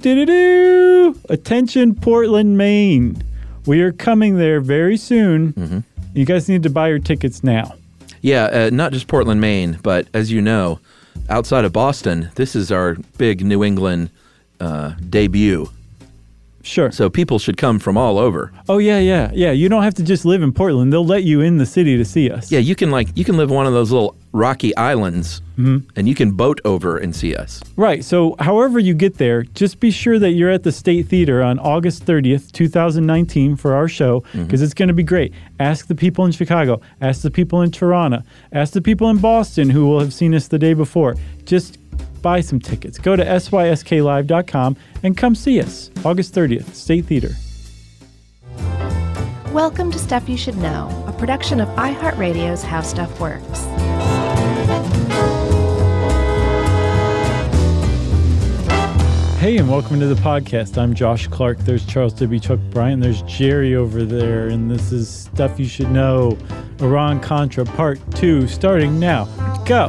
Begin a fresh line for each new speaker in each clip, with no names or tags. Do-do-do-do. Attention, Portland, Maine. We are coming there very soon. You guys need to buy your tickets now.
Yeah, uh, not just Portland, Maine, but as you know, outside of Boston, this is our big New England uh, debut.
Sure.
So people should come from all over.
oh, yeah, yeah, yeah. You don't have to just live in Portland. They'll let you in the city to see us.
Yeah, you can like you can live one of those little rocky islands, and you can boat over and see us.
Right. So, however you get there, just be sure that you're at the State Theater on August 30th, 2019, for our show, because it's going to be great. Ask the people in Chicago, ask the people in Toronto, ask the people in Boston who will have seen us the day before. Just buy some tickets. Go to sysklive.com and come see us August 30th, State Theater.
Welcome to Stuff You Should Know, a production of iHeartRadio's How Stuff Works.
Hey, and welcome to the podcast. I'm Josh Clark. There's Charles W. Chuck Bryan. There's Jerry over there. And this is Stuff You Should Know Iran Contra Part 2, starting now. Go.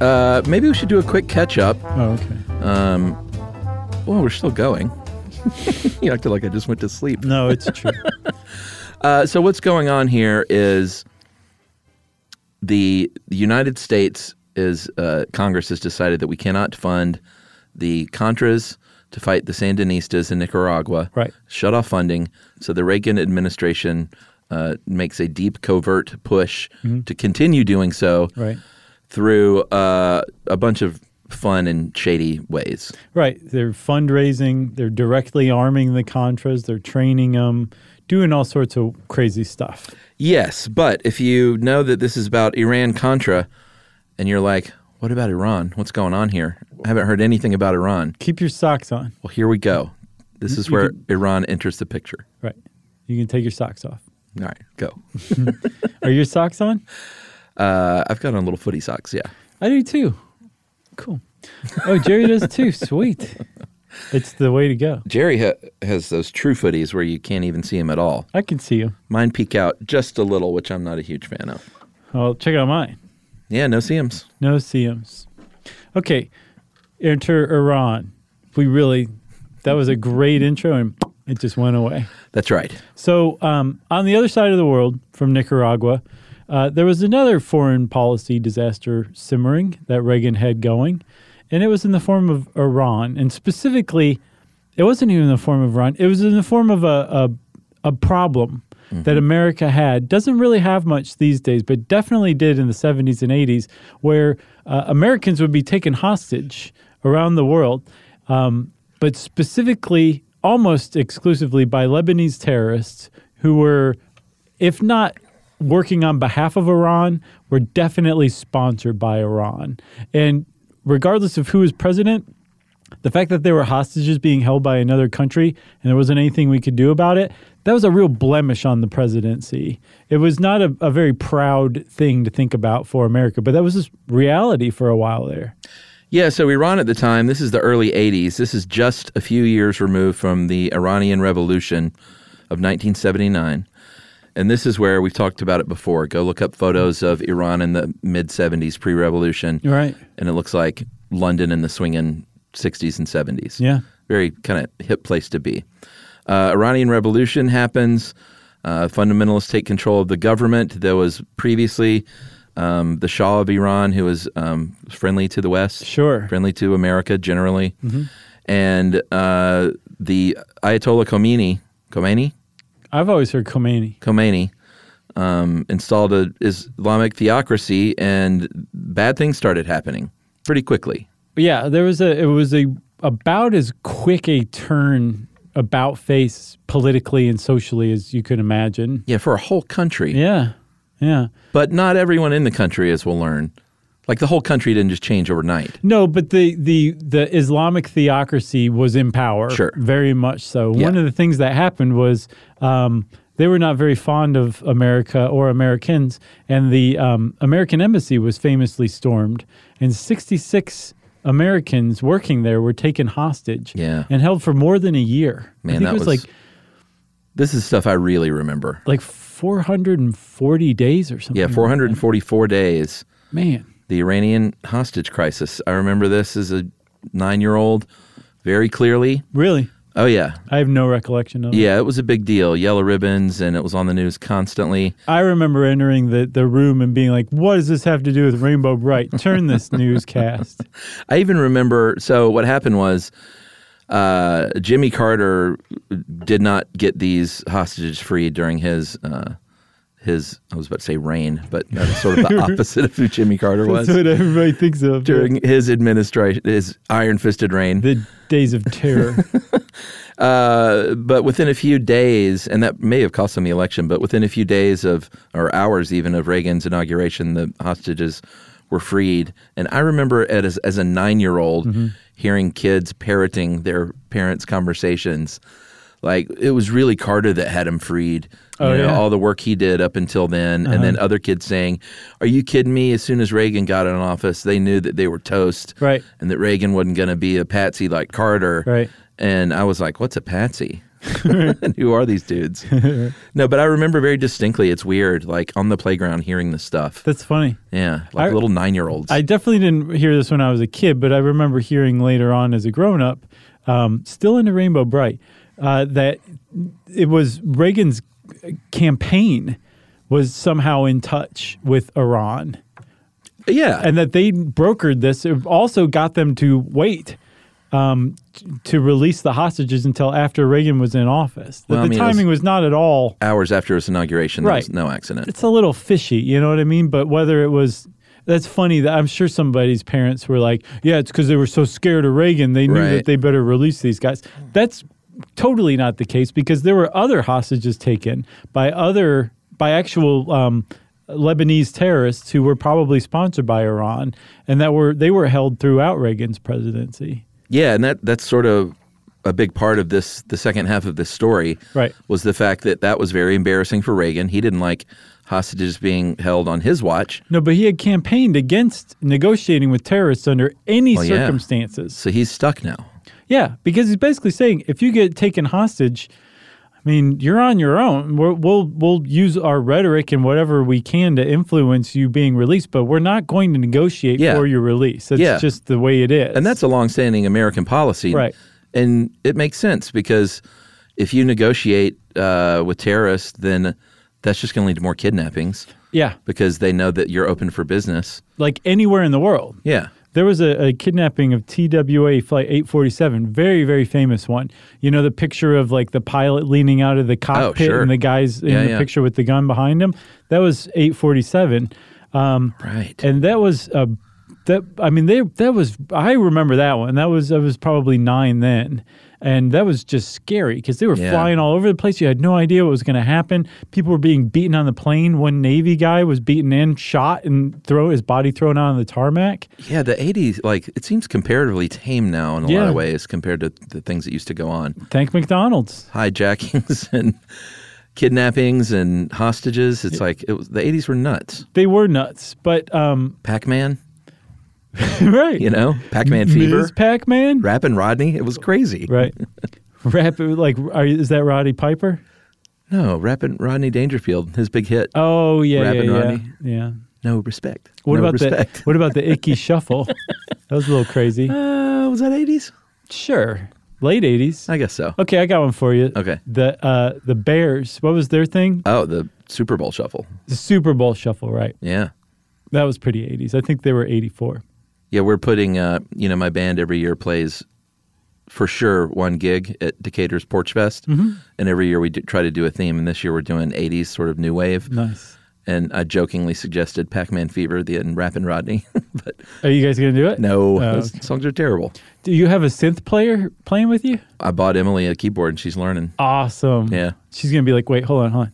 Uh, maybe we should do a quick catch up.
Oh, okay.
Um, well, we're still going. you acted like I just went to sleep.
No, it's true.
Uh, so what's going on here is the the United States is uh, Congress has decided that we cannot fund the Contras to fight the Sandinistas in Nicaragua.
Right.
Shut off funding. So the Reagan administration uh, makes a deep covert push to continue doing so
Mm-hmm. right.
through uh, a bunch of fun and shady ways.
Right. They're fundraising, they're directly arming the Contras, they're training them, doing all sorts of crazy stuff.
Yes, but if you know that this is about Iran Contra and you're like, what about Iran? What's going on here? I haven't heard anything about Iran.
Keep your socks on.
Well, here we go. This is
You
where Iran enters the picture.
Right. You can take your socks off.
All right, go.
Are your socks on?
Uh, I've got on little footy socks, yeah.
I do too. Cool. Oh, Jerry does too. Sweet. It's the way to go.
Jerry ha- has those true footies where you can't even see him at all.
I can see you.
Mine peek out just a little, which I'm not a huge fan of.
Well, check out mine.
Yeah, no seams.
No CMs. Okay. Enter Iran. We really, that was a great intro and it just went away.
That's right.
So, um, on the other side of the world from Nicaragua, uh, there was another foreign policy disaster simmering that Reagan had going, and it was in the form of Iran. And specifically, it wasn't even in the form of Iran, it was in the form of a, a, a problem that America had. Doesn't really have much these days, but definitely did in the 70s and 80s, where uh, Americans would be taken hostage around the world but specifically almost exclusively by Lebanese terrorists who were, if not working on behalf of Iran, were definitely sponsored by Iran. And regardless of who was president, the fact that there were hostages being held by another country and there wasn't anything we could do about it, that was a real blemish on the presidency. It was not a, a very proud thing to think about for America, but that was just reality for a while there.
Yeah, so Iran at the time, this is the early 80s. This is just a few years removed from the Iranian Revolution of 1979. And this is where we've talked about it before. Go look up photos of Iran in the mid 70s, pre revolution.
Right.
And it looks like London in the swinging 60s and 70s.
Yeah.
Very kind of hip place to be. Uh, Iranian Revolution happens. Uh, fundamentalists take control of the government. There was previously um, the Shah of Iran, who was um, friendly to the West
Sure. Mm-hmm.
friendly to America generally. And uh, the Ayatollah Khomeini, Khomeini,
I've always heard Khomeini.
Khomeini, um, installed a Islamic theocracy, and bad things started happening pretty quickly.
Yeah, there was a it was a about as quick a turn about face politically and socially as you could imagine.
Yeah, for a whole country,
Yeah. Yeah.
but not everyone in the country, as we'll learn. Like the whole country didn't just change overnight.
No, but the the the Islamic theocracy was in power.
Sure.
Very much so.
Yeah.
One of the things that happened was um, they were not very fond of America or Americans, and the um, American embassy was famously stormed, and 66 Americans working there were taken hostage
Yeah.
and held for more than a year. I
Man,
think
that
it was
was-
like
This is stuff I really remember.
like 440 days or something.
Yeah, 444 days.
Man,
the Iranian hostage crisis. I remember this as a nine year old very clearly.
Really?
Oh, yeah.
I have no recollection of it.
Yeah, it was a big deal. Yellow ribbons, and it was on the news constantly.
I remember entering the, the room and being like, what does this have to do with Rainbow Bright? Turn this newscast.
I even remember. So what happened was, uh, Jimmy Carter did not get these hostages free during his uh, his. I was about to say reign, but that's sort of the opposite of who Jimmy Carter
That's
was
what everybody thinks of.
during his administration, his iron fisted reign.
the days of terror.
Uh, but within a few days, and that may have cost him the election, but within a few days of, or hours even, of Reagan's inauguration, the hostages were freed. And I remember at- as, as a nine year old
Mm-hmm.
hearing kids parroting their parents' conversations. Like it was really Carter that had him freed. You
Oh,
know,
yeah. Uh-huh.
All the work he did up until then. And then other kids saying, Are you kidding me? As soon as Reagan got in office, they knew that they were toast
Right.
and that Reagan wasn't going to be a patsy like Carter.
Right.
And I was like, what's a patsy? and who are these dudes? no, but I remember very distinctly. It's weird, like on the playground hearing this stuff.
That's funny.
Yeah, like
I-
little nine year olds.
I definitely didn't hear this when I was a kid, but I remember hearing later on as a grown up, um, still into Rainbow Bright, uh, that it was Reagan's campaign was somehow in touch with Iran
yeah.
and that they brokered this. It also got them to wait. Um, t- to release the hostages until after Reagan was in office. That
Well, I
the
mean, it was-
timing was not at all
Hours after his inauguration, there was
Right.
no accident.
it's a little fishy, you know what I mean? But whether it was that's funny that I'm sure somebody's parents were like, yeah, it's because they were so scared of Reagan, they knew
Right.
that they better release these guys. That's totally not the case because there were other hostages taken by other by actual um, Lebanese terrorists who were probably sponsored by Iran and that were they were held throughout Reagan's presidency.
Yeah, and that that's sort of a big part of this the second half of this story
Right.
was the fact that that was very embarrassing for Reagan. He didn't like hostages being held on his watch.
No, but he had campaigned against negotiating with terrorists under any
Well, Oh, yeah.
circumstances.
So he's stuck now.
Yeah, because he's basically saying if you get taken hostage, I mean, you're on your own. We're, we'll we'll use our rhetoric and whatever we can to influence you being released, but we're not going to negotiate
Yeah.
for your release. That's
Yeah.
just the way it is.
And that's a longstanding American policy.
Right.
And it makes sense because if you negotiate uh, with terrorists, then that's just going to lead to more kidnappings
yeah,
because they know that you're open for business.
like anywhere in the world.
Yeah.
There was a, a kidnapping of TWA flight 847, very very famous one. You know the picture of like the pilot leaning out of the cockpit
Oh, sure.
and the guys in
Yeah,
the
yeah.
picture with the gun behind him. That was 847.
Right.
and that was uh, that I mean they that was I remember that one that was I was probably nine then and that was just scary because they were
Yeah.
flying all over the place you had no idea what was going to happen people were being beaten on the plane one Navy guy was beaten in shot and throw his body thrown out on the tarmac
yeah, the 80s, like, it seems comparatively tame now in a lot
Yeah.
of ways compared to the things that used to go on
thank McDonald's
hijackings and kidnappings and hostages. It's like it was, the 80s were nuts.
they were nuts but um
Pac Man,
right
you know, Pac Man fever,
Ms. Pac-Man
Rappin' Rodney. It was crazy.
right rap like are, you- is that Roddy Piper
No, Rappin' Rodney Dangerfield, his big hit.
oh yeah yeah
Rappin'
yeah,
Rodney.
yeah.
No respect.
What
No
about
respect.
the what about the icky shuffle? That was a little crazy.
Uh, was that eighties?
Sure, late eighties.
I guess so.
Okay, I got one for you.
Okay.
the uh, the Bears. What was their thing?
Oh, the Super Bowl shuffle.
The Super Bowl shuffle, right?
Yeah,
That was pretty eighties. I think they were eighty four.
yeah. We're putting. Uh, you know, my band every year plays for sure one gig at Decatur's Porch Fest,
Mm-hmm.
and every year we do, try to do a theme. And this year we're doing eighties sort of new wave.
Nice.
And I jokingly suggested Pac-Man Fever, the and Rappin' Rodney, but
Are you guys gonna do it?
no,
Oh,
those
okay.
songs are terrible.
Do you have a synth player playing with you?
I bought Emily a keyboard, and she's learning.
Awesome.
Yeah.
She's gonna be like, wait, hold on, hold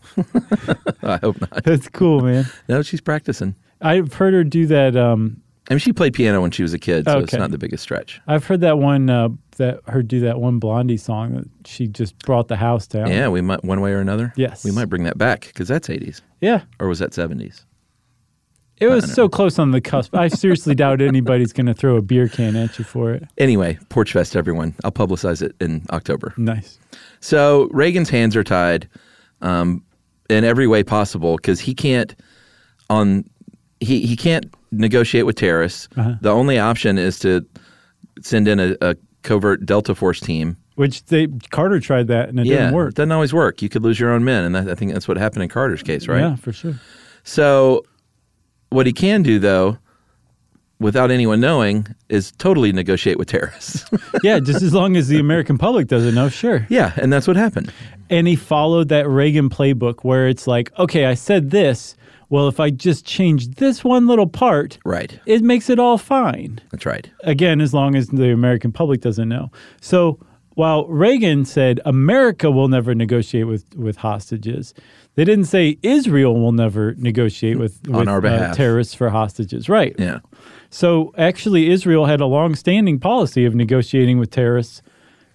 on.
I hope not.
That's cool, man.
No, she's practicing.
I've heard her do that. Um,
I mean, she played piano when she was a kid, so it's
Okay.
not the biggest stretch.
I've heard that one. Uh, that her do that one Blondie song that she just brought the house down.
Yeah, we might one way or another.
Oh. Yes.
we might bring that back because that's eighties,
Yeah.
or was that seventies?
It was so close on the cusp. I seriously doubt anybody's going to throw a beer can at you for it.
Anyway, Porch Fest, everyone. I'll publicize it in October.
Nice.
So Reagan's hands are tied um, in every way possible because he can't on he
Uh-huh.
he can't negotiate with terrorists. The only option is to send in a, a covert Delta Force team.
Which they Carter tried that and it
yeah,
didn't work.
it doesn't always work. You could lose your own men, and that, I think that's what happened in Carter's case, right?
Yeah, for sure.
So, what he can do though, without anyone knowing, is totally negotiate with terrorists.
yeah, just as long as the American public doesn't know, sure.
yeah, and that's what happened.
And he followed that Reagan playbook where it's like, okay, I said this. Well, if I just change this one little part,
Right.
it makes it all fine.
That's right.
Again, as long as the American public doesn't know. So while Reagan said America will never negotiate with, with hostages, they didn't say Israel will never negotiate with,
On
with, uh,
our behalf.
terrorists for hostages. Right.
Yeah.
So actually, Israel had a long-standing policy of negotiating with terrorists.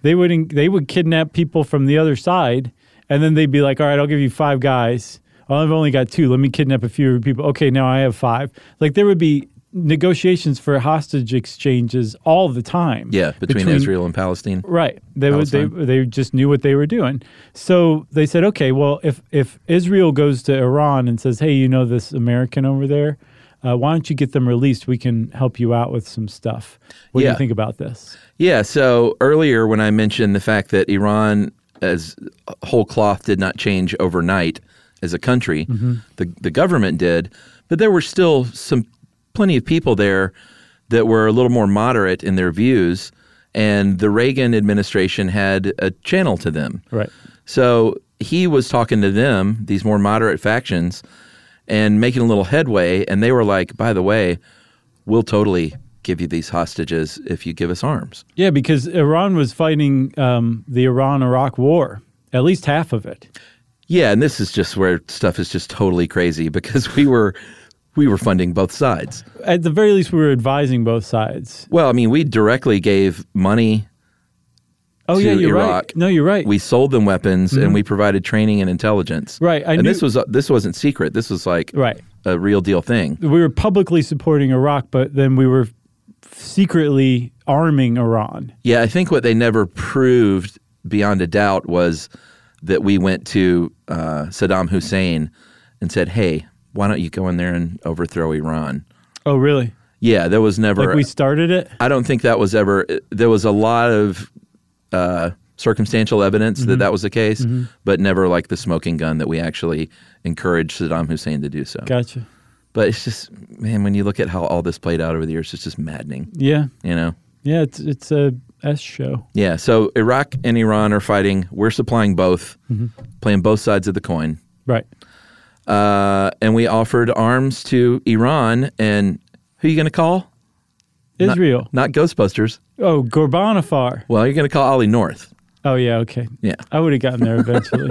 They would they would kidnap people from the other side, and then they'd be like, "All right, I'll give you five guys. Well, I've only got two. Let me kidnap a few people. Okay, now I have five. Like there would be negotiations for hostage exchanges all the time.
Yeah, between, Israel and Palestine.
Right. They would, they
Palestine.
they just knew what they were doing. So they said, okay, well, if if Israel goes to Iran and says, hey, you know this American over there, uh, why don't you get them released? We can help you out with some stuff. What do
Yeah.
you think about this?
Yeah. So earlier, when I mentioned the fact that Iran, as whole cloth, did not change overnight as a country, the the government did, but there were still some plenty of people there that were a little more moderate in their views, and the Reagan administration had a channel to them.
Right.
So he was talking to them, these more moderate factions, and making a little headway. And they were like, by the way, we'll totally give you these hostages if you give us arms.
Yeah, because Iran was fighting um, the Iran-Iraq war, at least half of it.
Yeah. And this is just where stuff is just totally crazy because we were. We were funding both sides.
At the very least, we were advising both sides.
Well, I mean, we directly gave money.
Oh
To
yeah, you're
Iraq,
right. No, you're right.
We sold them weapons, and we provided training and intelligence.
Mm-hmm. Right, I
and
knew-
this was this wasn't secret. This was like
Right.
a real deal thing.
we were publicly supporting Iraq, but then we were secretly arming Iran.
Yeah, I think what they never proved beyond a doubt was that we went to uh, Saddam Hussein and said, "Hey, why don't you go in there and overthrow Iran?"
Oh, really?
Yeah, there was never.
Like we started it?
I don't think that was ever. There was a lot of uh, circumstantial evidence that that was the case, but never like the smoking gun that we actually encouraged Saddam Hussein to do so.
Gotcha.
But it's just, man, when you look at how all this played out over the years, it's just maddening.
Yeah.
You know.
Yeah, it's it's a S show.
Yeah, so Iraq and Iran are fighting. We're supplying both, playing both sides of the coin.
Right.
Uh, and we offered arms to Iran. And who are you going to call? Not-
Israel.
Not, Ghostbusters.
oh, Gorbanifar.
Well, you're going to call Ollie North.
Oh yeah, okay.
Yeah.
I would have gotten there eventually.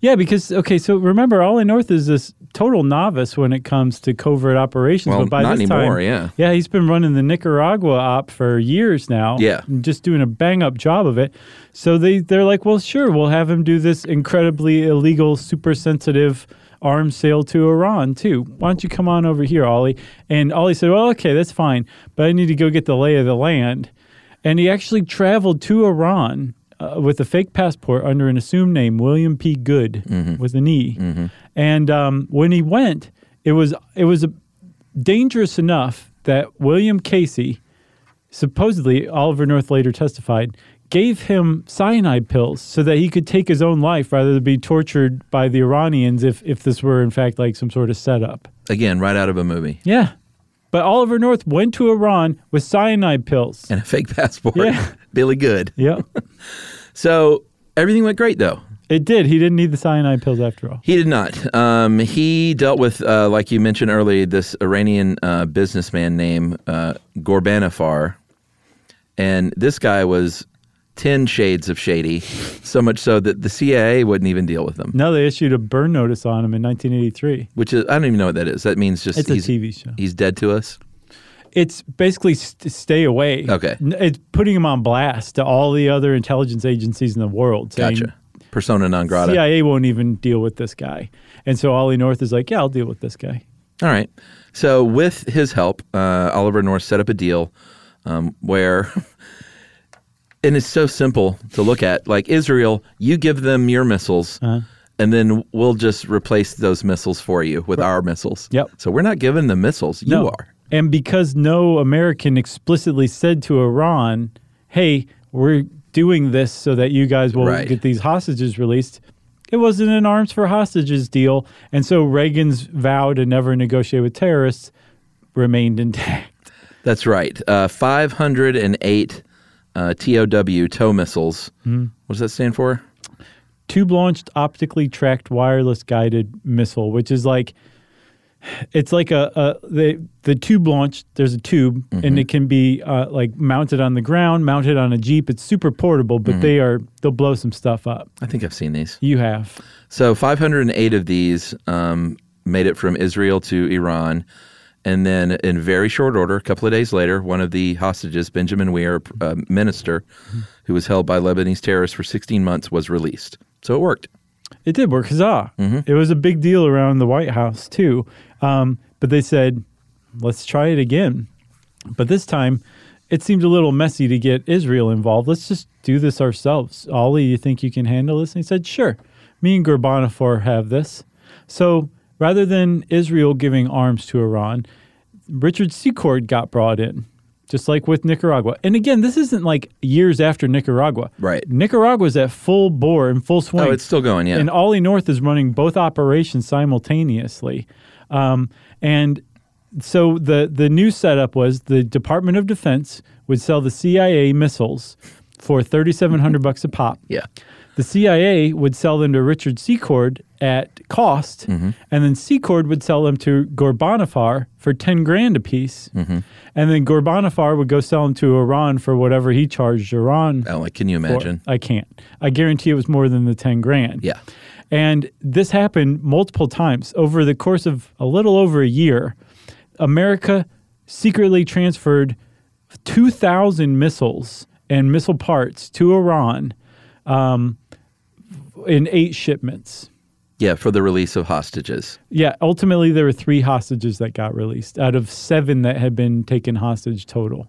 yeah, because okay, so remember Ollie North is this total novice when it comes to covert operations,
Well,
but by
not
this
anymore,
time
yeah.
Yeah, he's been running the Nicaragua op for years now.
Yeah.
and Just doing a bang up job of it. So they they're like, Well, sure, we'll have him do this incredibly illegal, super sensitive arms sale to Iran too. Why don't you come on over here, Ollie? And Ollie said, Well, okay, that's fine, but I need to go get the lay of the land. And he actually traveled to Iran uh, with a fake passport under an assumed name, William P. Good, with an E. And um, when he went, it was it was a dangerous enough that William Casey, supposedly Oliver North later testified, gave him cyanide pills so that he could take his own life rather than be tortured by the Iranians if if this were in fact like some sort of setup.
Again, right out of a movie.
Yeah. But Oliver North went to Iran with cyanide pills.
And a fake passport.
Yeah.
Billy Good.
Yep.
So everything went great, though.
It did. He didn't need the cyanide pills after all.
He did not. Um, he dealt with, uh, like you mentioned earlier, this Iranian uh, businessman named uh, Gorbanifar. And this guy was 10 shades of shady, so much so that the CIA wouldn't even deal with him.
Now they issued a burn notice on him in 1983.
Which is, I don't even know what that is. That means just
It's a
he's,
TV show.
he's dead to us.
It's basically st- stay away.
Okay.
N- It's putting him on blast to all the other intelligence agencies in the world. Saying,
Gotcha. Persona non grata.
CIA won't even deal with this guy. And so Ollie North is like, yeah, I'll deal with this guy.
All right. So, with his help, uh, Oliver North set up a deal um, where, and it's so simple to look at like Israel, you give them your missiles,
Uh-huh.
and then we'll just replace those missiles for you with our missiles.
Yep.
So, we're not giving the missiles. You
no.
are.
And because no American explicitly said to Iran, hey, we're doing this so that you guys will
Right.
get these hostages released. It wasn't an arms for hostages deal. And so Reagan's vow to never negotiate with terrorists remained intact.
That's right. Uh, 508 uh, TOW tow missiles.
Mm-hmm.
What does that stand for?
Tube launched optically tracked wireless guided missile, which is like it's like a, a the the tube launch. There's a tube, and it can be uh, like mounted on the ground, mounted on a jeep. It's super portable, but they are they'll blow some stuff up.
I think I've seen these.
You have
So 508 of these um, made it from Israel to Iran. And then, in very short order, a couple of days later, one of the hostages, Benjamin Weir, a minister who was held by Lebanese terrorists for 16 months, was released. So it worked.
It did work. Huzzah.
Mm-hmm.
It was a big deal around the White House, too. Um, but they said, let's try it again. But this time, it seemed a little messy to get Israel involved. Let's just do this ourselves. Ollie, you think you can handle this? And he said, sure. Me and Gorbanifar have this. So rather than Israel giving arms to Iran, Richard Secord got brought in, just like with Nicaragua. And again, this isn't like years after Nicaragua.
Right.
Nicaragua's at full bore and full swing.
Oh, it's still going, yeah.
And Ollie North is running both operations simultaneously. Um, and so the, the new setup was the Department of Defense would sell the CIA missiles for 3700 bucks a pop.
Mm-hmm. yeah.
The CIA would sell them to Richard Secord at cost,
Mm-hmm.
and then Secord would sell them to Gorbanifar for 10 grand apiece.
Mm-hmm.
And then Gorbanifar would go sell them to Iran for whatever he charged Iran
Oh, like, can you
for.
imagine?
I can't. I guarantee it was more than the 10 grand.
Yeah.
And this happened multiple times over the course of a little over a year. America secretly transferred 2,000 missiles and missile parts to Iran um, in eight shipments.
Yeah, for the release of hostages.
Yeah, ultimately, there were three hostages that got released out of seven that had been taken hostage total.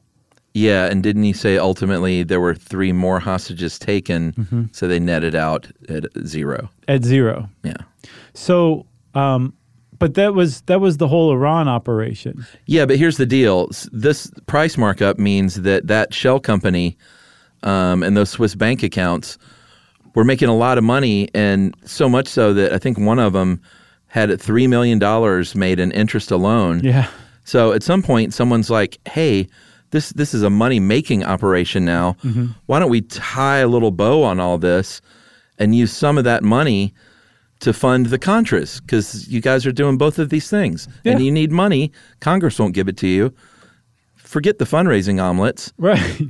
Yeah, and didn't he say ultimately there were three more hostages taken, so they netted out at zero?
At zero,
Yeah.
So, um, but that was that was the whole Iran operation.
Yeah, but here's the deal. S- This price markup means that that shell company um, and those Swiss bank accounts were making a lot of money, and so much so that I think one of them had $3 million made in interest alone.
Yeah.
So at some point, someone's like, "Hey, this this is a money making operation now.
Mm-hmm.
Why don't we tie a little bow on all this and use some of that money to fund the Contras? Because you guys are doing both of these things, and
Yeah.
you need money. Congress won't give it to you. Forget the fundraising omelets.
Right.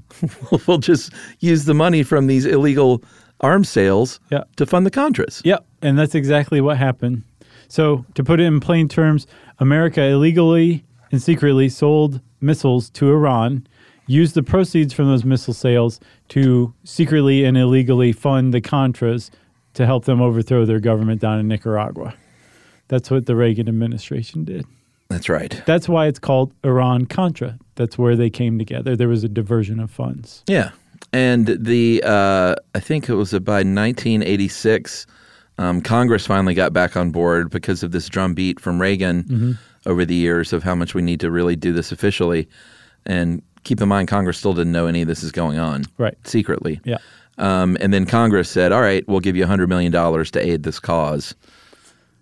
we'll just use the money from these illegal arms sales
Yeah.
to fund the Contras.
Yep, and that's exactly what happened. So, to put it in plain terms, America illegally and secretly sold missiles to Iran, used the proceeds from those missile sales to secretly and illegally fund the Contras to help them overthrow their government down in Nicaragua. That's what the Reagan administration did.
That's right.
That's why it's called Iran Contra. That's where they came together. There was a diversion of funds.
Yeah, and the uh, I think it was by 1986, um, Congress finally got back on board because of this drumbeat from Reagan
Mm-hmm.
over the years of how much we need to really do this officially. And keep in mind, Congress still didn't know any of this is going on,
Right.
Secretly,
Yeah.
Um, and then Congress said, "All right, we'll give you 100 million dollars to aid this cause."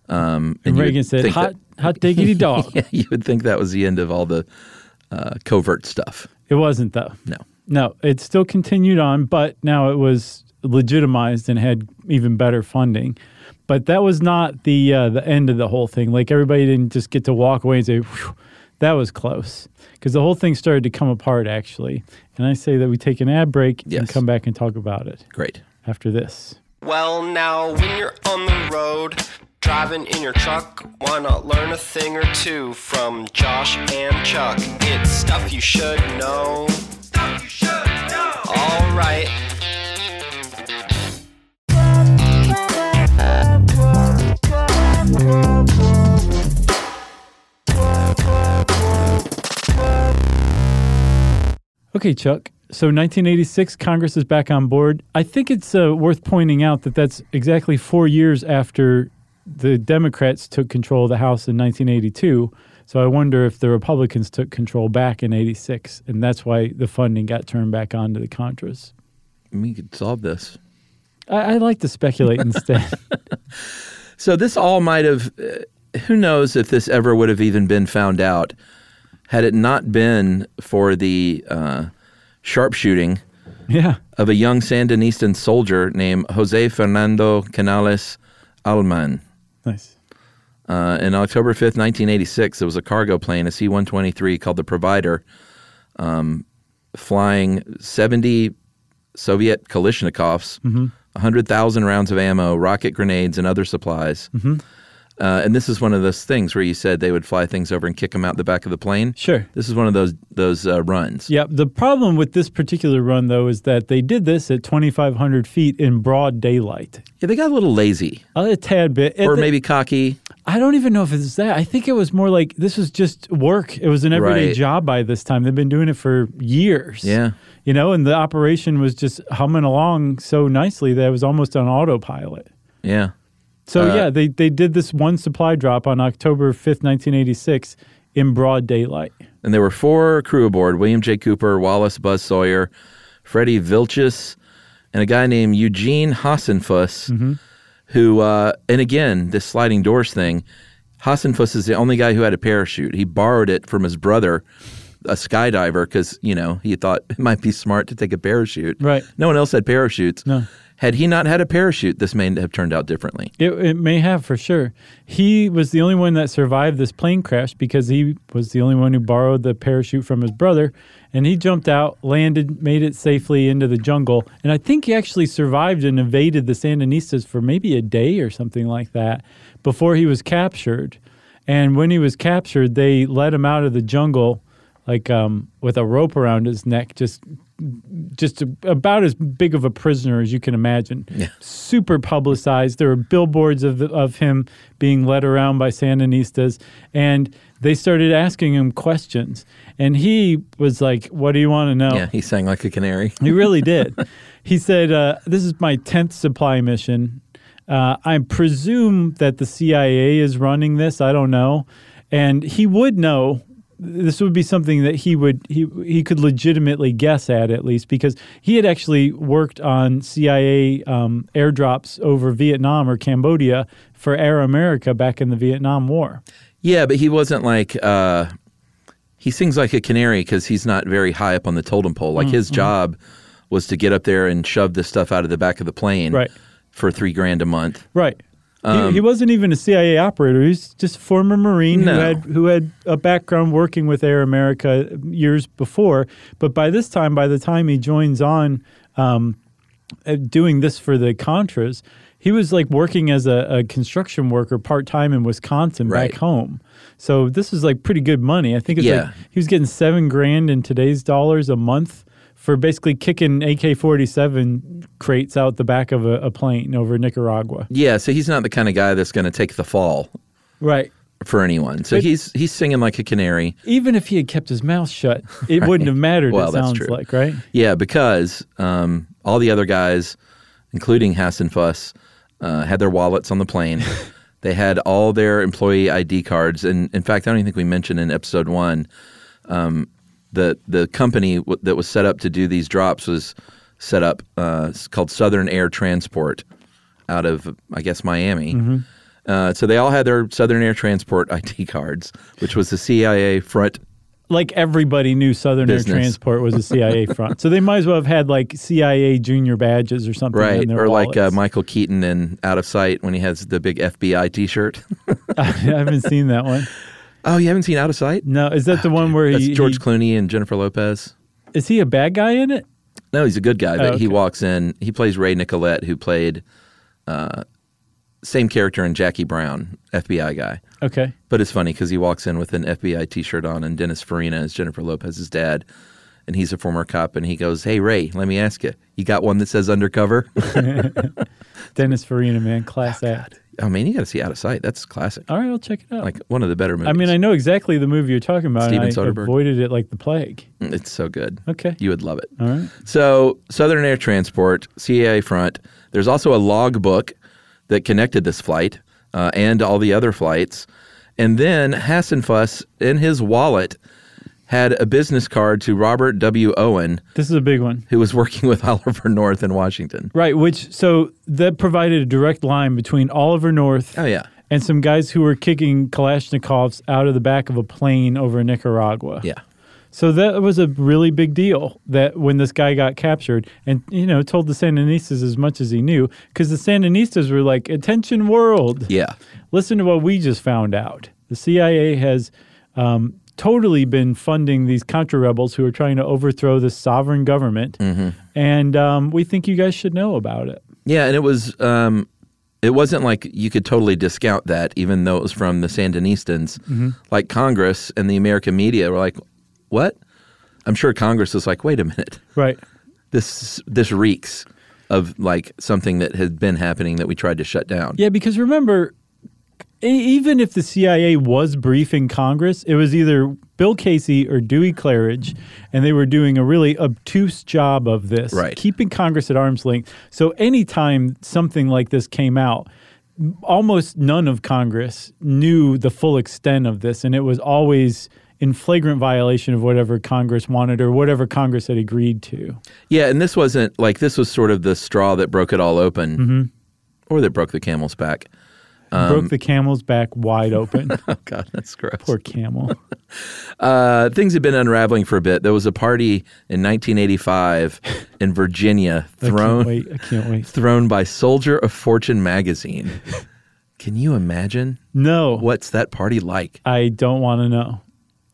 Um,
And
you would
Reagan said,
think
hot, hot diggity dog.
that- you would think that was the end of all the uh, covert stuff.
It wasn't, though.
No.
No, it still continued on, but now it was legitimized and had even better funding. But that was not the uh, the end of the whole thing. Like everybody didn't just get to walk away and say, "Phew, "That was close," because the whole thing started to come apart actually. And I say that we take an ad break and
Yes.
come back and talk about it
Great.
after this.
Well, now when you're on the road, driving in your truck, why not learn a thing or two from Josh and Chuck? It's stuff you should know. Stuff you should know. All right.
Okay, Chuck. So 1986, Congress is back on board. I think it's uh, worth pointing out that that's exactly four years after the Democrats took control of the House in 1982. So I wonder if the Republicans took control back in 86, and that's why the funding got turned back on to the Contras.
we could solve this.
I, I like to speculate instead.
So this all might have. uh, Who knows if this ever would have even been found out had it not been for the uh, sharpshooting
yeah.
of a young Sandinista soldier named Jose Fernando Canales Alman.
Nice.
Uh, and on October 5th, 1986, there was a cargo plane, a C 123 called the Provider, um, flying 70 Soviet Kalishnikovs,
Mm-hmm.
100,000 rounds of ammo, rocket grenades, and other supplies.
Mm-hmm.
Uh, and this is one of those things where you said they would fly things over and kick them out the back of the plane.
Sure.
This is one of those those uh, runs.
Yeah. The problem with this particular run, though, is that they did this at 2,500 feet in broad daylight.
Yeah, they got a little lazy
A tad bit. At
or
the-
maybe cocky.
I don't even know if it's that. I think it was more like this was just work. It was an everyday
Right.
job by this time. They've been doing it for years.
Yeah.
You know, and the operation was just humming along so nicely that it was almost on autopilot.
Yeah.
So
Uh,
yeah, they they did this one supply drop on October 5th, 1986 in broad daylight.
And there were four crew aboard William J. Cooper, Wallace Buzz Sawyer, Freddie Vilches, and a guy named Eugene Hassenfuss,
Mm-hmm.
who, uh, and again, this sliding doors thing. Hassenfuss is the only guy who had a parachute. He borrowed it from his brother, a skydiver, because, you know, he thought it might be smart to take a parachute.
Right.
No one else had parachutes.
No.
Had he not had a parachute, this may have turned out differently.
It, it may have for sure. He was the only one that survived this plane crash because he was the only one who borrowed the parachute from his brother. And he jumped out, landed, made it safely into the jungle. And I think he actually survived and evaded the Sandinistas for maybe a day or something like that before he was captured. And when he was captured, they let him out of the jungle like um, with a rope around his neck, just just a, about as big of a prisoner as you can imagine. Super publicized. There were billboards of of him being led around by Sandinistas, and they started asking him questions. And he was like, "What do you want to know?"
Yeah, he sang like a canary.
He really did. he said, uh, This is my 10th supply mission. Uh, I presume that the CIA is running this. I don't know. And he would know. This would be something that he would he he could legitimately guess at at least because he had actually worked on CIA um, airdrops over Vietnam or Cambodia for Air America back in the Vietnam War.
Yeah, but he wasn't like uh, he sings like a canary because he's not very high up on the totem pole.
Mm,
Like his job was to get up there and shove this stuff out of the back of the plane
Right.
for three grand a month.
Right. he, he wasn't even a CIA operator. He's just a former Marine
Um, No.
who had who had a background working with Air America years before. But by this time, by the time he joins on um, uh, doing this for the Contras, he was like working as a, a construction worker part time in Wisconsin
Right.
back home. So this is like pretty good money. I think it's
Yeah.
like he was getting seven grand in today's dollars a month for basically kicking AK forty seven crates out the back of a, a plane over Nicaragua.
Yeah, so he's not the kind of guy that's going to take the fall
Right.
for anyone. So
But-
he's he's singing like a canary.
Even if he had kept his mouth shut, it wouldn't have mattered,
Well,
it
that's
sounds
true.
like, right?
Yeah, because um, all the other guys, including Hassenfuss, uh, had their wallets on the plane. they had all their employee ID cards, and in fact, I don't even think we mentioned in episode one um, the the company w- that was set up to do these drops was set up uh, it's called Southern Air Transport out of I guess Miami. Uh, so they all had their Southern Air Transport ID cards, which was the CIA front
Like everybody knew Southern
Business.
Air Transport was a CIA front. so they might as well have had like CIA junior badges or something.
Right,
in their
or like uh,
wallets.
Michael Keaton in Out of Sight when he has the big FBI T-shirt.
I haven't seen that one.
oh, you haven't seen Out of Sight?
No, is that the one where
That's
he,
George
he-
Clooney and Jennifer Lopez.
is he a bad guy in it?
No, he's a good guy, but
Oh, okay.
he walks in. He plays Ray Nicolette, who played uh, same character in Jackie Brown, FBI guy.
Okay.
But it's funny because he walks in with an FBI T-shirt on, and Dennis Farina is Jennifer Lopez's dad, and he's a former cop, and he goes, "Hey Ray, let me ask you, you got one that says undercover?"
Dennis Farina, man, class act.
oh man, you got to see Out of Sight. That's classic.
All right, I'll check it out.
Like one of the better movies.
I mean, I know exactly the movie you're talking about, and I
Steven Soderbergh.
avoided it like the plague.
It's so good.
Okay.
You would love it.
All right.
So, Southern Air Transport, CAA front. There's also a logbook that connected this flight uh, and all the other flights. And then Hassenfuss, in his wallet, had a business card to Robert W. Owen,
This is a big one.
who was working with Oliver North in Washington.
Right, which so that provided a direct line between Oliver North
Oh, yeah.
and some guys who were kicking Kalashnikovs out of the back of a plane over Nicaragua.
Yeah.
So that was a really big deal that when this guy got captured and, you know, told the Sandinistas as much as he knew, because the Sandinistas were like, attention world,
Yeah.
listen to what we just found out. The CIA has um, totally been funding these Contra rebels who are trying to overthrow this sovereign government.
Mm-hmm.
And um, we think you guys should know about it.
Yeah, and it was um, it wasn't like you could totally discount that, even though it was from the Sandinistans. Like Congress and the American media were like, "What?" I'm sure Congress was like, "Wait a minute,
Right.
this this reeks of like something that had been happening that we tried to shut down."
Yeah, because remember, e- even if the CIA was briefing Congress, it was either Bill Casey or Dewey Claridge, and they were doing a really obtuse job of this,
Right.
keeping Congress at arm's length. So anytime something like this came out, almost none of Congress knew the full extent of this, and it was always in flagrant violation of whatever Congress wanted or whatever Congress had agreed to.
Yeah, and this wasn't like this was sort of the straw that broke it all open, or that broke the camel's back. Um,
Broke the camel's back wide open.
Oh God, that's gross.
Poor camel.
Uh, things had been unraveling for a bit. There was a party in 1985 in Virginia
I can't
thrown
wait. I can't wait.
thrown by Soldier of Fortune magazine. Can you imagine
No.
what's that party like?
I don't want to know.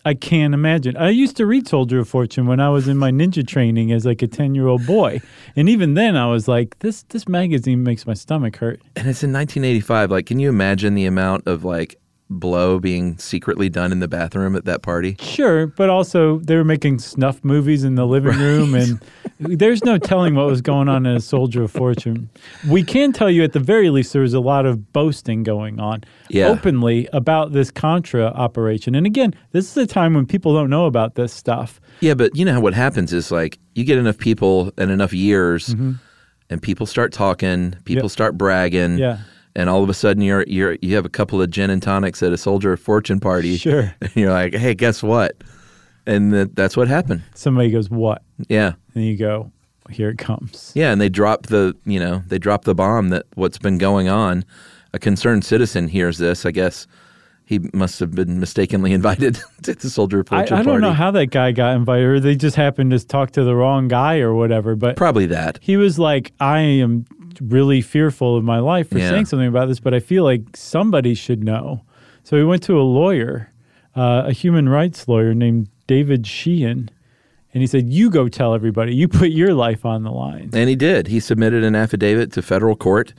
I can't imagine. I used to read Soldier of Fortune when I was in my ninja training as like a 10-year-old boy. And even then I was like, this this magazine makes my stomach hurt.
And it's in 1985. Like, can you imagine the amount of like blow being secretly done in the bathroom at that party?
Sure, but also they were making snuff movies in the living room and there's no telling what was going on in a Soldier of Fortune. We can tell you at the very least there was a lot of boasting going on
Yeah.
openly about this Contra operation. And again, this is a time when people don't know about this stuff.
Yeah, but you know how what happens is like you get enough people and enough years, and people start talking, people
Mm-hmm. Yep.
start bragging,
Yeah.
and all of a sudden you're you're you have a couple of gin and tonics at a Soldier of Fortune party.
Sure.
and you're like, hey, guess what? And that that's what happened.
Somebody goes, "What?"
Yeah.
and you go, here it comes.
Yeah, and they drop the you know they drop the bomb that what's been going on. A concerned citizen hears this. I guess he must have been mistakenly invited to the soldier of
I, I
fortune
don't
party.
know how that guy got invited, or they just happened to talk to the wrong guy or whatever. But
Probably that.
he was like, I am really fearful of my life for
Yeah.
saying something about this, but I feel like somebody should know. So he went to a lawyer, uh, a human rights lawyer named David Sheehan, and he said, You go tell everybody. You put your life on the line.
And he did. He submitted an affidavit to federal court.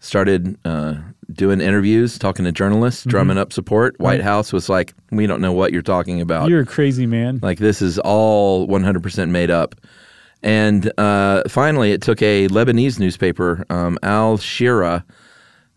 Started uh, doing interviews, talking to journalists,
Mm-hmm.
drumming up support. White House was like, "We don't know what you're talking about.
You're a crazy man.
Like this is all 100% made up. And uh, finally, it took a Lebanese newspaper, um, Al Shira,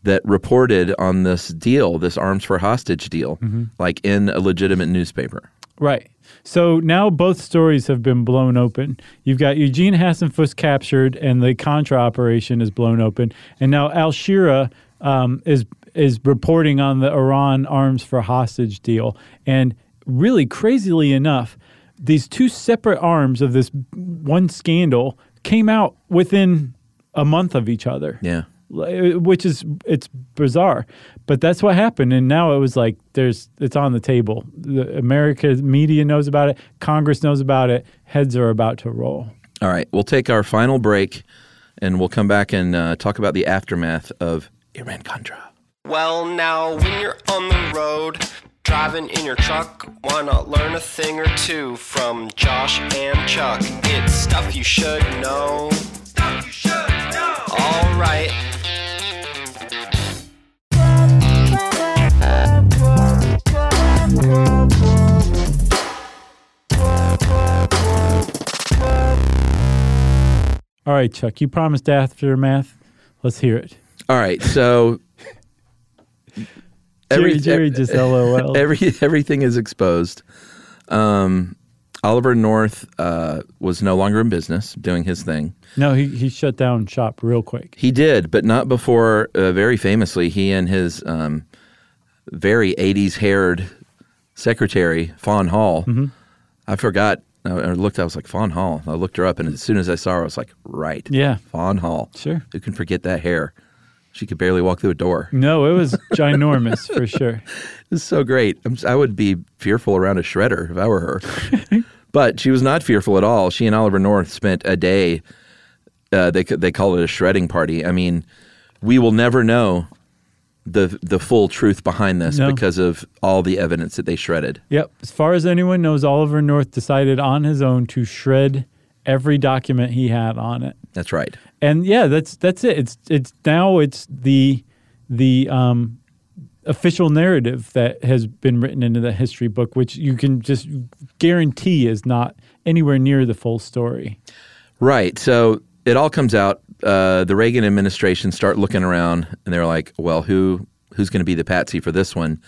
that reported on this deal, this arms for hostage deal,
Mm-hmm.
like in a legitimate newspaper.
Right. So now both stories have been blown open. You've got Eugene Hassenfuss captured, and the Contra operation is blown open. And now Al Shira um, is is reporting on the Iran arms for hostage deal. And really crazily enough, these two separate arms of this one scandal came out within a month of each other
Yeah.
li- uh, which is it's bizarre but that's what happened and now it was like there's it's on the table the america media knows about it congress knows about it heads are about to roll
All right. We'll take our final break and we'll come back and uh, talk about the aftermath of Iran Contra.
Well, now when you're on the road, driving in your truck, why not learn a thing or two from Josh and Chuck? It's stuff you should know. Stuff you should know. All right.
all right chuck you promised aftermath let's hear it
All right. So.
jerry
every- e-,
jerry just lol
Every everything is exposed. Um, Oliver North uh, was no longer in business, doing his thing.
no he, he shut down shop real quick
He did, but not before. Uh, very famously, he and his
Mm-hmm.
um, very '80s haired secretary, Fawn Hall, I forgot. I I looked. I was like Fawn Hall. I looked her up, and as soon as I saw her, I was like, right.
Yeah.
Fawn Hall.
Sure.
Who can forget that hair? She could barely walk through a door.
No, it was ginormous for sure.
It's so great. I'm, si would be fearful around a shredder if I were her. but she was not fearful at all. She and Oliver North spent a day. Uh, they c- they call it a shredding party. I mean, we will never know the the full truth behind this
No.
because of all the evidence that they shredded.
Yep. As far as anyone knows, Oliver North decided on his own to shred every document he had on it.
That's right.
And yeah, that's that's it. It's it's now it's the the um, official narrative that has been written into the history book, which you can just guarantee is not anywhere near the full story.
Right. So it all comes out. Uh, the Reagan administration start looking around, and they're like, "Well, who who's going to be the patsy for this one?"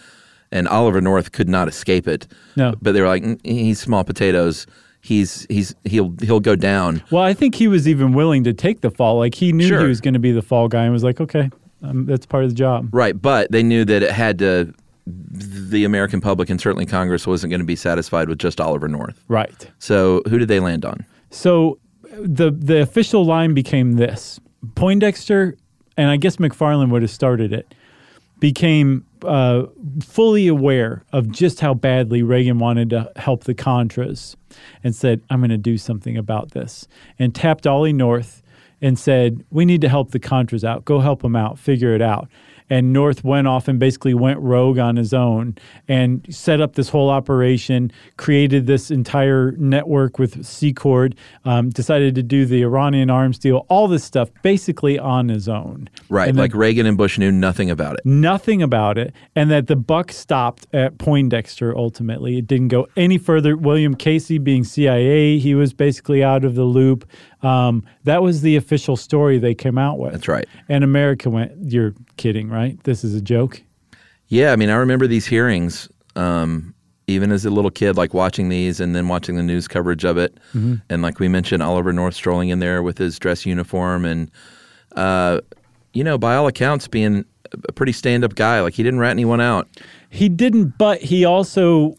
And Oliver North could not escape it.
No.
But they were like, "Mm, "He's small potatoes. He's he's he'll he'll go down."
Well, I think he was even willing to take the fall. Like he knew
Sure.
he was going to be the fall guy, and was like, okay, um, that's part of the job.
Right. But they knew that it had to. The American public and certainly Congress wasn't going to be satisfied with just Oliver North.
Right.
So who did they land on?
So the the official line became this: Poindexter, and I guess McFarland would have started it, became uh, fully aware of just how badly Reagan wanted to help the Contras, and said, "I'm going to do something about this," and tapped Ollie North and said, "We need to help the Contras out. Go help them out. Figure it out." And North went off and basically went rogue on his own and set up this whole operation, created this entire network with Secord, um, decided to do the Iranian arms deal, all this stuff basically on his own.
Right.
And then Mm.
Like Reagan and Bush knew nothing about it.
nothing about it, and that the buck stopped at Poindexter ultimately. It didn't go any further. William Casey being CIA, he was basically out of the loop. Um, that was the official story they came out with.
That's right.
And America went, You're kidding, right? This is a joke.
Yeah, I mean, I remember these hearings, um, even as a little kid, like watching these and then watching the news coverage of it. And like we mentioned, Oliver North strolling in there with his dress uniform and, uh, you know, by all accounts, being a pretty stand up guy. Like he didn't rat anyone out.
He didn't, but he also.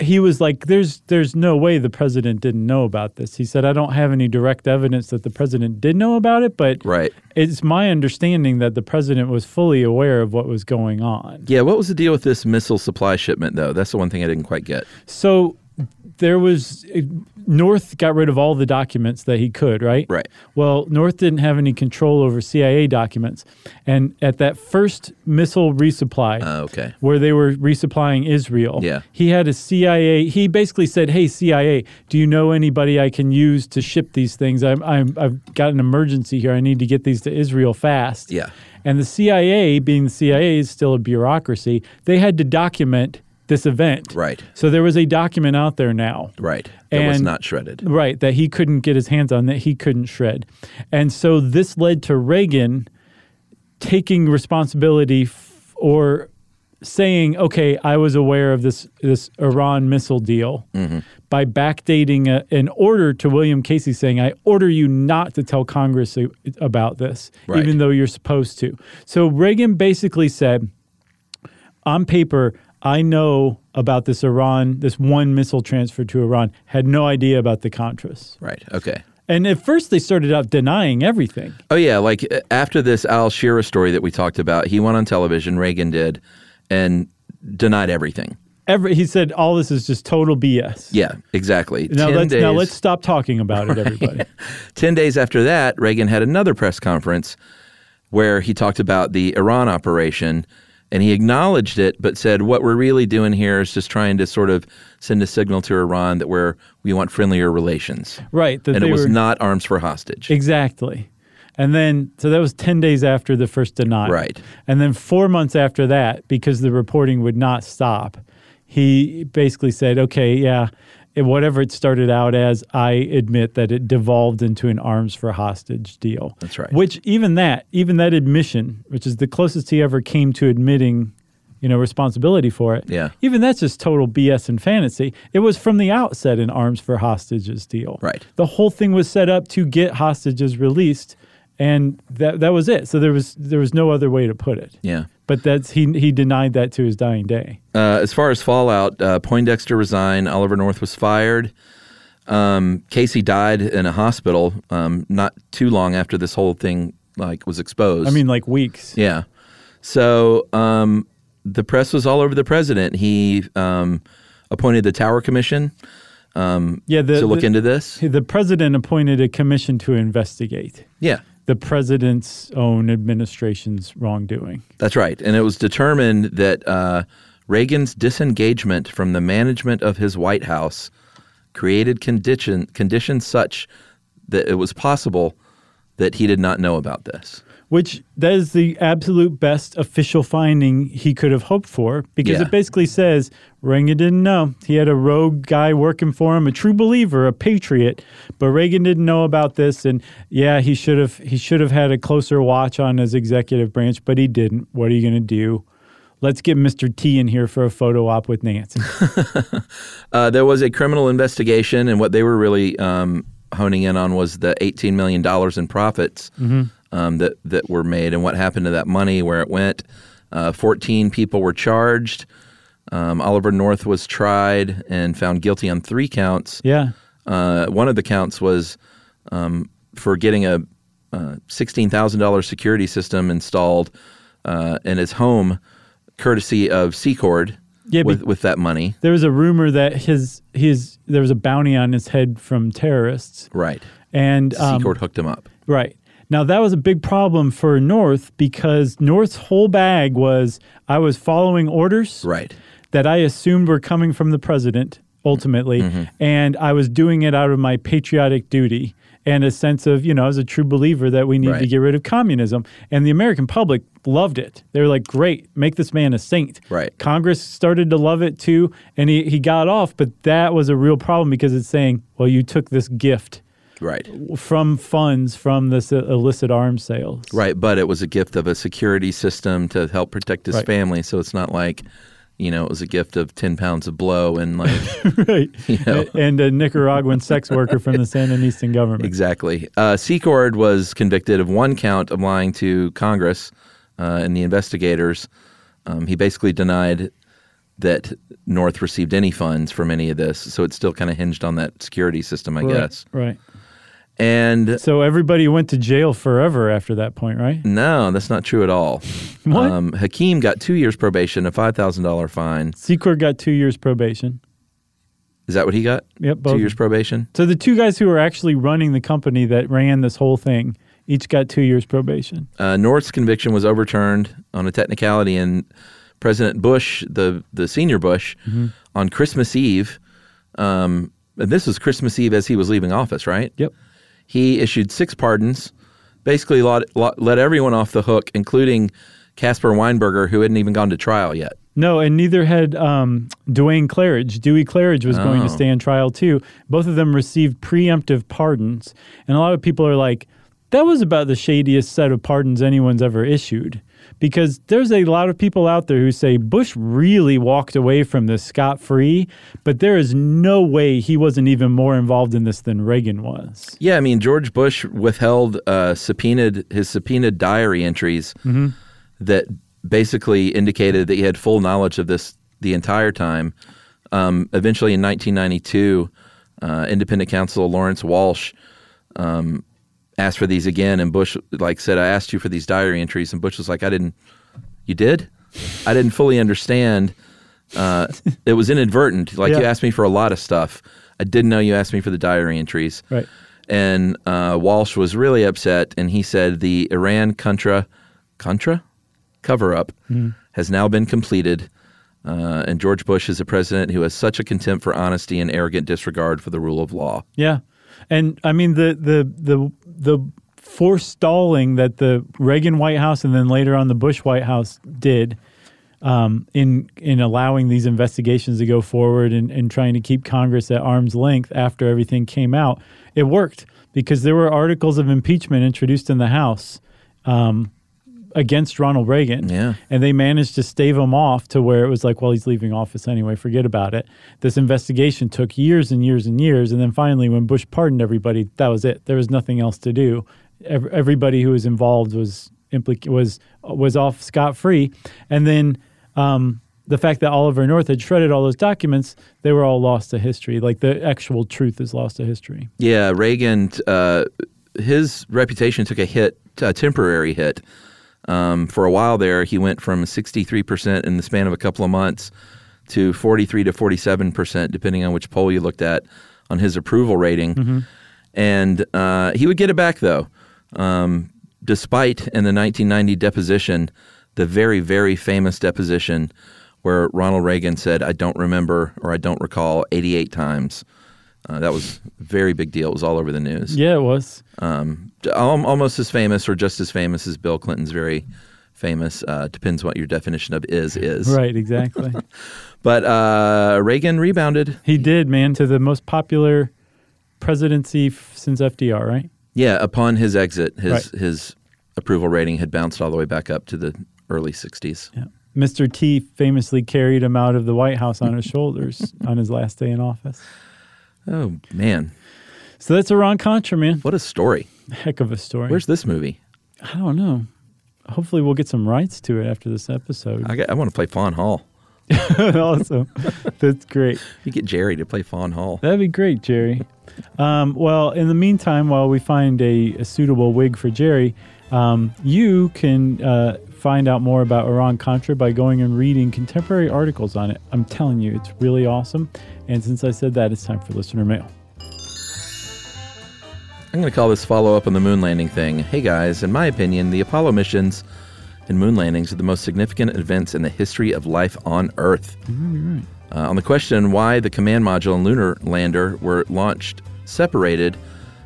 He was like, "There's, there's no way the president didn't know about this." He said, "I don't have any direct evidence that the president did know about it, but
Right.
it's my understanding that the president was fully aware of what was going on."
Yeah, what was the deal with this missile supply shipment, though? That's the one thing I didn't quite get.
So there was North got rid of all the documents that he could, right?
Right.
Well, North didn't have any control over CIA documents. And at that first missile resupply,
Uh, okay.
where they were resupplying Israel,
Yeah.
he had a CIA. He basically said, Hey, CIA, do you know anybody I can use to ship these things? I'm, I'm, I've got an emergency here. I need to get these to Israel fast.
Yeah.
And the CIA, being the CIA, is still a bureaucracy. They had to document this event.
Right.
So there was a document out there now.
Right. That was
And-
not shredded.
Right, that he couldn't get his hands on, that he couldn't shred. And so this led to Reagan taking responsibility f- or saying, okay, I was aware of this, this Iran missile deal by backdating a, an order to William Casey saying, I order you not to tell Congress a- about this,
Right.
even though you're supposed to. So Reagan basically said, on paper, I know about this Iran, this one missile transfer to Iran, had no idea about the Contras.
Right. Okay.
And at first, they started out denying everything.
Oh yeah, like uh, after this Al Shearer story that we talked about, he went on television, Reagan did, and denied everything.
Every, he said, all this is just total BS.
Yeah, exactly.
Now
10
let's,
days,
now let's stop talking about it, everybody.
10 days after that, Reagan had another press conference where he talked about the Iran operation and he acknowledged it but said what we're really doing here is just trying to sort of send a signal to Iran that we're we want friendlier relations.
Right. That
And
they
it was
were,
not arms for hostage.
Exactly. And then, so that was 10 days after the first denial.
Right.
And then four months after that, because the reporting would not stop, he basically said, okay, yeah, it- whatever it started out as, I admit that it devolved into an arms for hostage deal.
That's right.
Which, even that, even that admission, which is the closest he ever came to admitting. You know, responsibility for it.
Yeah.
Even that's just total BS and fantasy. It was from the outset an arms for hostages deal.
Right.
The whole thing was set up to get hostages released, and that that was it. So there was there was no other way to put it.
yeah.
But that's he he denied that to his dying day.
Uh, as far as fallout, uh, Poindexter resigned. Oliver North was fired. Um, Casey died in a hospital um, not too long after this whole thing like was exposed.
I mean, like weeks.
yeah. So um, the press was all over the president. He um, appointed the Tower Commission
Yeah, the,
to look
the,
into this.
the president appointed a commission to investigate
Yeah,
the president's own administration's wrongdoing.
that's right. And it was determined that uh, Reagan's disengagement from the management of his White House created condition conditions such that it was possible that he did not know about this.
Which that is the absolute best official finding he could have hoped for because
Yeah.
it basically says Reagan didn't know. He had a rogue guy working for him, a true believer, a patriot, but Reagan didn't know about this and yeah, he should have he should have had a closer watch on his executive branch, but he didn't. What are you going to do? Let's get Mr. T in here for a photo op with Nancy.
Uh, there was a criminal investigation, and what they were really um, honing in on was the eighteen million dollars in profits um, that that were made, and what happened to that money, where it went. Uh, Fourteen people were charged. Um, Oliver North was tried and found guilty on three counts.
yeah.
Uh, one of the counts was um, for getting a uh, sixteen thousand dollars security system installed uh, in his home, courtesy of Secord,
Yeah, be-
with with that money.
There was a rumor that his his there was a bounty on his head from terrorists
Right.
and um,
Secord hooked him up.
Right. Now that was a big problem for North because North's whole bag was I was following orders
Right.
that I assumed were coming from the president ultimately
Mm-hmm.
and I was doing it out of my patriotic duty and a sense of, you know, I was a true believer that we need to
Right.
get rid of communism and the American public loved it. They were like, "Great, make this man a saint."
Right.
Congress started to love it too and he he got off, but that was a real problem because it's saying, "Well, you took this gift
Right.
from funds from this illicit arms sales.
Right. But it was a gift of a security system to help protect his
Right.
family. So it's not like, you know, it was a gift of 10 pounds of blow and like,
right.
know.
And a Nicaraguan sex worker from the Sandinistan government.
exactly. Uh, Secord was convicted of one count of lying to Congress uh, and the investigators. Um, he basically denied that North received any funds from any of this. So it still kind of hinged on that security system, I
Right,
guess.
Right.
And
So everybody went to jail forever after that point, right?
no, that's not true at all.
What?
Um, Hakeem got two years probation, a $5,000 fine.
Secor got two years probation.
Is that what he got?
Yep, both.
Two years probation.
So the two guys who were actually running the company that ran this whole thing each got two years probation.
Uh, North's conviction was overturned on a technicality, and President Bush, the the senior Bush, on Christmas Eve, um, and this was Christmas Eve as he was leaving office, right?
Yep.
He issued six pardons, basically lot, lot, let everyone off the hook, including Casper Weinberger, who hadn't even gone to trial yet.
No, and neither had um, Dwayne Claridge. Dewey Claridge was going to
Oh.
stay on trial too. Both of them received preemptive pardons, and a lot of people are like, "That was about the shadiest set of pardons anyone's ever issued." Because there's a lot of people out there who say Bush really walked away from this scot free, but there is no way he wasn't even more involved in this than Reagan was.
Yeah, I mean George Bush withheld uh, subpoenaed his subpoenaed diary entries that basically indicated that he had full knowledge of this the entire time. Um, eventually, in 1992, uh, independent counsel Lawrence Walsh um, asked for these again, and Bush like said, "I asked you for these diary entries," and Bush was like, "I didn't. You did? I didn't fully understand." Uh, it was inadvertent. Like you
Yeah.
asked me for a lot of stuff. I didn't know you asked me for the diary entries.
Right.
And uh, Walsh was really upset, and he said the Iran Contra, Contra, cover up
Mm-hmm.
has now been completed. Uh, and George Bush is a president who has such a contempt for honesty and arrogant disregard for the rule of law.
Yeah, and I mean the the the the forestalling that the Reagan White House and then later on the Bush White House did um, in in allowing these investigations to go forward and, and trying to keep Congress at arm's length after everything came out, it worked because there were articles of impeachment introduced in the House um, against Ronald Reagan.
Yeah.
And they managed to stave him off to where it was like, well, he's leaving office anyway, forget about it. This investigation took years and years and years. And then finally, when Bush pardoned everybody, that was it. There was nothing else to do. Ev- everybody who was involved was implic- was was off scot free, and then um, the fact that Oliver North had shredded all those documents, they were all lost to history. Like the actual truth is lost to history.
Yeah, Reagan, uh, his reputation took a hit, a temporary hit. Um, for a while there, he went from 63% in the span of a couple of months to 43 to 47%, depending on which poll you looked at, on his approval rating. And uh, he would get it back, though, um, despite in the 1990 deposition, the very, very famous deposition where Ronald Reagan said, I don't remember or I don't recall 88 times. Uh, that was a very big deal. It was all over the news
Yeah, it was.
al- almost as famous or just as famous as Bill Clinton's very famous. Uh, depends what your definition of is is.
Right, exactly.
But uh, Reagan rebounded.
he did, man, to the most popular presidency f- since FDR, right?
Yeah, upon his exit, his
Right.
his approval rating had bounced all the way back up to the early 60s.
Yeah. Mr. T famously carried him out of the White House on his shoulders on his last day in office.
Oh man,
So that's Iran Contra, man.
what a story!
Heck of a story.
Where's this movie?
I don't know. Hopefully, we'll get some rights to it after this episode.
I, got, I want to play Fawn Hall.
awesome. That's great.
You get Jerry to play Fawn Hall.
That'd be great, Jerry. Um, well, in the meantime, while we find a, a suitable wig for Jerry, um, you can uh, find out more about Iran Contra by going and reading contemporary articles on it. I'm telling you, it's really awesome. And since I said that, it's time for listener mail.
I'm going to call this follow up on the moon landing thing. Hey guys, in my opinion, the Apollo missions and moon landings are the most significant events in the history of life on Earth. Uh, on the question why the command module and lunar lander were launched separated,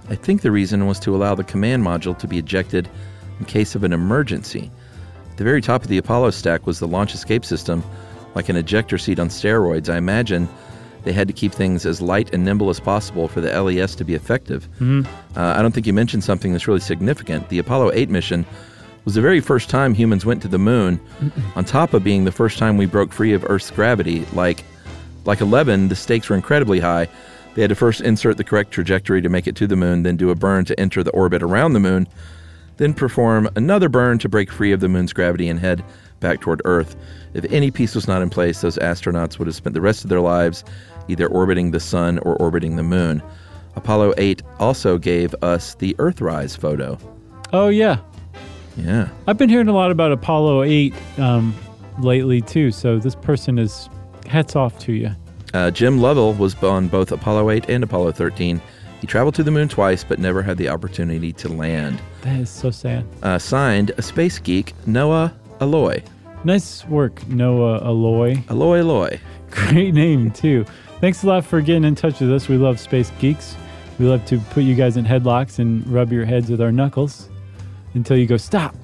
I think the reason was to allow the command module to be ejected in case of an emergency. At the very top of the Apollo stack was the launch escape system, like an ejector seat on steroids. I imagine they had to keep things as light and nimble as possible for the LES to be effective. Uh, I don't think you mentioned something that's really significant. The Apollo 8 mission was the very first time humans went to the moon, on top of being the first time we broke free of Earth's gravity. Like, like 11, the stakes were incredibly high. They had to first insert the correct trajectory to make it to the moon, then do a burn to enter the orbit around the moon, then perform another burn to break free of the moon's gravity and head back toward Earth. If any piece was not in place, those astronauts would have spent the rest of their lives either orbiting the sun or orbiting the moon. Apollo 8 also gave us the Earthrise photo.
Oh, yeah.
Yeah.
I've been hearing a lot about Apollo 8 um, lately, too. So this person is hats off to you.
Uh, Jim Lovell was on both Apollo 8 and Apollo 13. He traveled to the moon twice, but never had the opportunity to land.
That is so sad.
Uh, signed, a space geek, Noah Aloy.
Nice work, Noah Aloy.
Aloy Aloy.
Great name, too. Thanks a lot for getting in touch with us. We love Space Geeks. We love to put you guys in headlocks and rub your heads with our knuckles until you go, stop.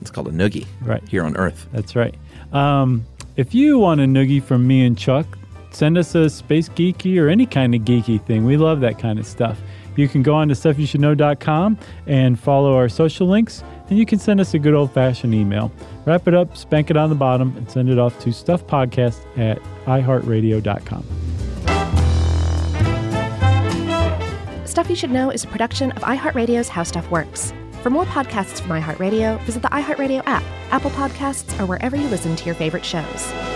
It's called a noogie
Right.
here on Earth.
That's right. Um, if you want a noogie from me and Chuck, send us a space geeky or any kind of geeky thing. We love that kind of stuff. You can go on to stuffyoushouldknow.com and follow our social links, and you can send us a good old fashioned email. Wrap it up, spank it on the bottom, and send it off to stuffpodcast at iheartradio.com.
Stuff You Should Know is a production of iHeartRadio's How Stuff Works. For more podcasts from iHeartRadio, visit the iHeartRadio app, Apple Podcasts, or wherever you listen to your favorite shows.